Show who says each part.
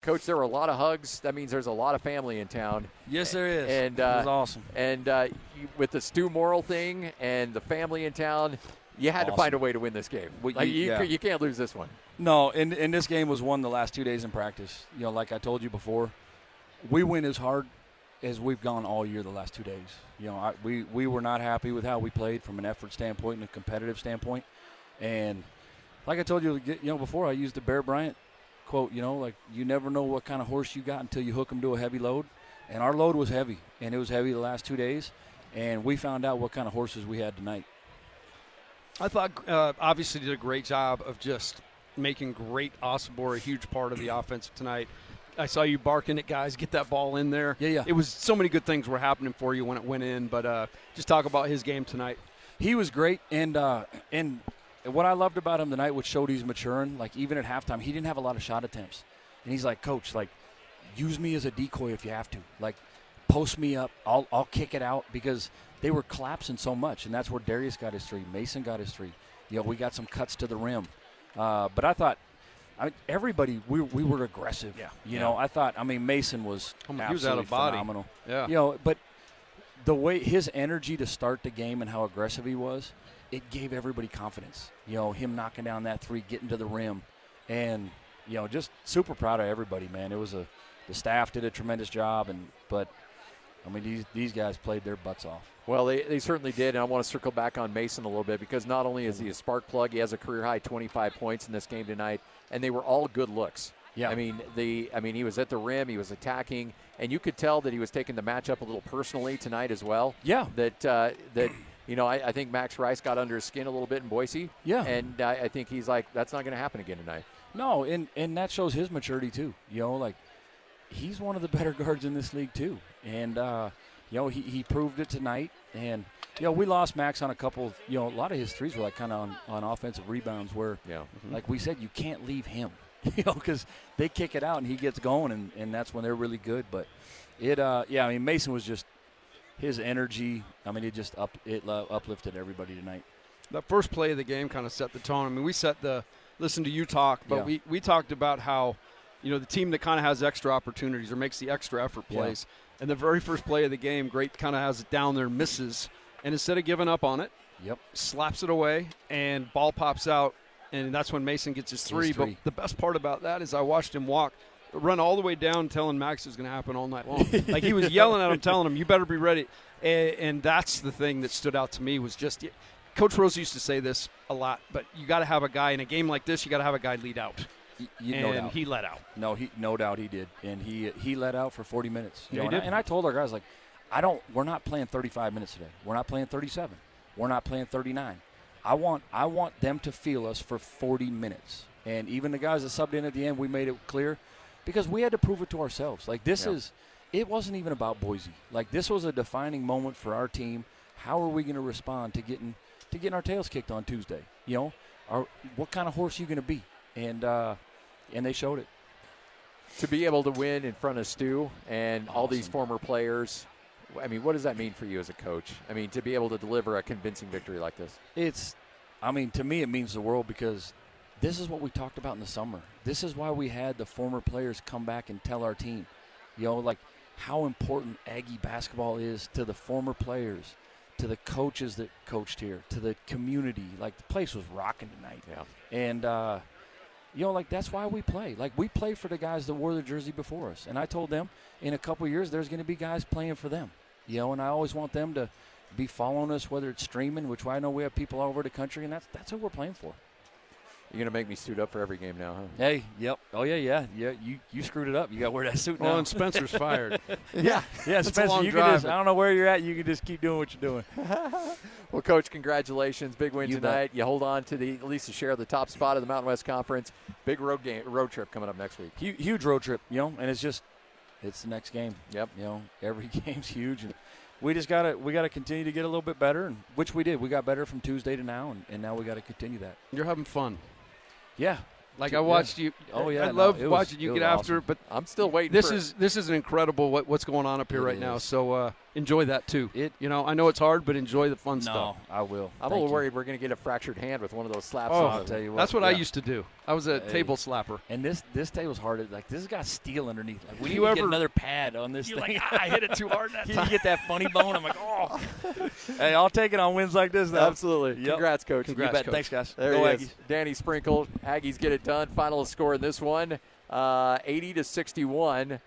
Speaker 1: Coach, there were a lot of hugs. That means there's a lot of family in town.
Speaker 2: Yes, there is.
Speaker 1: And
Speaker 2: it
Speaker 1: uh,
Speaker 2: was awesome.
Speaker 1: And uh, you, with the Stu Morrill thing and the family in town, you had to find a way to win this game.
Speaker 2: Well,
Speaker 1: Like,
Speaker 2: you-
Speaker 1: you,
Speaker 2: yeah.
Speaker 1: ca- you can't lose this one.
Speaker 2: No, and, and this game was won the last two days in practice. You know, like I told you before, we went as hard as we've gone all year the last two days. You know, I, we, we were not happy with how we played from an effort standpoint and a competitive standpoint. And like I told you, you know, before I used the Bear Bryant quote, you know, like you never know what kind of horse you got until you hook them to a heavy load. And our load was heavy, and it was heavy the last two days. And we found out what kind of horses we had tonight.
Speaker 3: I thought uh, obviously did a great job of just making great Osabor a huge part of the offense tonight. I saw you barking at guys, get that ball in there.
Speaker 2: Yeah, yeah.
Speaker 3: It was so many good things were happening for you when it went in, but uh, just talk about his game tonight.
Speaker 2: he was great and uh and what i loved about him tonight which showed he's maturing like even at halftime he didn't have a lot of shot attempts and he's like coach like use me as a decoy if you have to like post me up i'll i'll kick it out because they were collapsing so much and that's where darius got his three mason got his three you know we got some cuts to the rim uh, but i thought I, everybody we, we were aggressive
Speaker 3: Yeah.
Speaker 2: you know i thought i mean mason was
Speaker 3: Oh my,
Speaker 2: absolutely
Speaker 3: he was out of body.
Speaker 2: phenomenal
Speaker 3: Yeah.
Speaker 2: you know, but the way his energy to start the game and how aggressive he was, it gave everybody confidence. You know, him knocking down that three, getting to the rim, and you know, just super proud of everybody, man. It was a the staff did a tremendous job, and but I mean, these these guys played their butts off.
Speaker 1: Well, they, they certainly did, and I want to circle back on Mason a little bit because not only is he a spark plug, he has a career high 25 points in this game tonight, and they were all good looks.
Speaker 2: Yeah.
Speaker 1: I mean the I mean he was at the rim, he was attacking, and you could tell that he was taking the matchup a little personally tonight as well.
Speaker 2: Yeah.
Speaker 1: that uh, that you know I, I think Max Rice got under his skin a little bit in Boise.
Speaker 2: Yeah.
Speaker 1: and I, I think he's like that's not going to happen again tonight.
Speaker 2: No, and and that shows his maturity too. You know, like he's one of the better guards in this league too, and uh, you know he, he proved it tonight. And you know we lost Max on a couple. You know, a lot of his threes were like kind of on, on offensive rebounds where,
Speaker 1: Yeah.
Speaker 2: like we said, you can't leave him. You know, because they kick it out and he gets going, and, and that's when they're really good. But it, uh, yeah, I mean Mason was just his energy. I mean it just up it uh, uplifted everybody tonight.
Speaker 3: That first play of the game kind of set the tone. I mean, we set the listen to you talk, but
Speaker 2: Yeah.
Speaker 3: we, we talked about how, you know, the team that kind of has extra opportunities or makes the extra effort
Speaker 2: Yeah.
Speaker 3: plays. And the very first play of the game, Great kind of has it down there, misses, and instead of giving up on it,
Speaker 2: Yep.
Speaker 3: slaps it away, and ball pops out, and that's when Mason gets his three.
Speaker 2: three.
Speaker 3: But the best part about that is I watched him walk, run all the way down, telling Max it was going to happen all night long. like he was yelling at him, telling him, "You better be ready." And, and that's the thing that stood out to me was just Coach Rose used to say this a lot, but you got to have a guy in a game like this. You got to have a guy lead out,
Speaker 2: Y- You,
Speaker 3: and
Speaker 2: no doubt.
Speaker 3: he let out.
Speaker 2: No, he no doubt he did, and he he let out for 40 minutes. You know,
Speaker 3: Yeah, he
Speaker 2: and, I,
Speaker 3: did.
Speaker 2: and I told our guys like, I don't. We're not playing 35 minutes today. We're not playing 37. We're not playing 39. I want I want them to feel us for 40 minutes. And even the guys that subbed in at the end, we made it clear because we had to prove it to ourselves. Like this
Speaker 1: Yeah.
Speaker 2: is, it wasn't even about Boise. Like this was a defining moment for our team. How are we going to respond to getting to getting our tails kicked on Tuesday? You know, our, what kind of horse you going to be? And uh, and they showed it.
Speaker 1: To be able to win in front of Stu and all these
Speaker 2: Awesome.
Speaker 1: former players, I mean, what does that mean for you as a coach? I mean, to be able to deliver a convincing victory like this.
Speaker 2: it's i mean to me it means the world because this is what we talked about in the summer this is why we had the former players come back and tell our team you know like how important aggie basketball is to the former players to the coaches that coached here to the community like the place was rocking tonight
Speaker 1: Yeah.
Speaker 2: and uh, you know, like that's why we play. Like we play for the guys that wore the jersey before us. And I told them in a couple of years there's going to be guys playing for them. You know, and I always want them to be following us, whether it's streaming, which I know we have people all over the country, and that's that's who we're playing for.
Speaker 1: You're gonna make me suit up for every game now, huh?
Speaker 2: Hey, yep, oh yeah, yeah, yeah. You you screwed it up. You got to wear that suit
Speaker 3: Well, and Spencer's fired.
Speaker 1: Yeah.
Speaker 2: yeah,
Speaker 3: a Spencer, long you can drive. just- I
Speaker 2: don't know where you're at. You can just keep doing what you're doing.
Speaker 1: Well, coach, congratulations, big win
Speaker 2: You bet.
Speaker 1: tonight. You hold on to the at least a share of the top spot of the Mountain West Conference. Big road game, road trip coming up next week.
Speaker 2: Huge, huge road trip, you know, and it's just it's the next game.
Speaker 1: Yep.
Speaker 2: you know every game's huge and we just gotta we gotta continue to get a little bit better and which we did we got better from tuesday to now and, and now we gotta continue that
Speaker 3: You're having fun.
Speaker 2: yeah
Speaker 3: Like
Speaker 2: Yeah.
Speaker 3: I watched you.
Speaker 2: Oh, yeah,
Speaker 3: I
Speaker 2: no,
Speaker 3: love
Speaker 2: it was-
Speaker 3: watching
Speaker 2: it
Speaker 3: you
Speaker 2: was
Speaker 3: get
Speaker 2: awesome.
Speaker 3: after it, but
Speaker 1: I'm still waiting.
Speaker 3: This
Speaker 1: for-
Speaker 3: is this is an incredible what, what's going on up here
Speaker 2: It
Speaker 3: right now.
Speaker 2: is.
Speaker 3: So uh, enjoy that too.
Speaker 2: It-
Speaker 3: you know, I know it's hard, but enjoy the fun stuff.
Speaker 2: No, I will.
Speaker 1: I'm
Speaker 2: Thank
Speaker 1: a little
Speaker 2: you.
Speaker 1: worried we're going to get a fractured hand with one of those slaps.
Speaker 3: Oh,
Speaker 1: on
Speaker 2: I'll
Speaker 1: it.
Speaker 2: tell you what.
Speaker 3: That's what I
Speaker 2: yeah.
Speaker 3: used to do. I was a
Speaker 2: Hey.
Speaker 3: table slapper.
Speaker 2: And this this table's hard. Like this has got steel underneath. Like, we need
Speaker 3: Do you
Speaker 2: to get
Speaker 3: ever-
Speaker 2: another pad on this
Speaker 3: You're
Speaker 2: thing.
Speaker 3: like, "Ah, I hit it too hard that
Speaker 2: You
Speaker 3: time."
Speaker 2: get that funny bone. I'm like, oh. hey, I'll take it on wins like this. Though.
Speaker 1: Absolutely.
Speaker 2: Yep.
Speaker 1: Congrats, coach.
Speaker 3: Congrats,
Speaker 2: You bet.
Speaker 3: coach.
Speaker 2: Thanks, guys.
Speaker 1: There
Speaker 2: Go
Speaker 1: he
Speaker 2: Aggies.
Speaker 1: is. Danny Sprinkle. Aggies get it done. Final score in this one, uh, 80 to 61.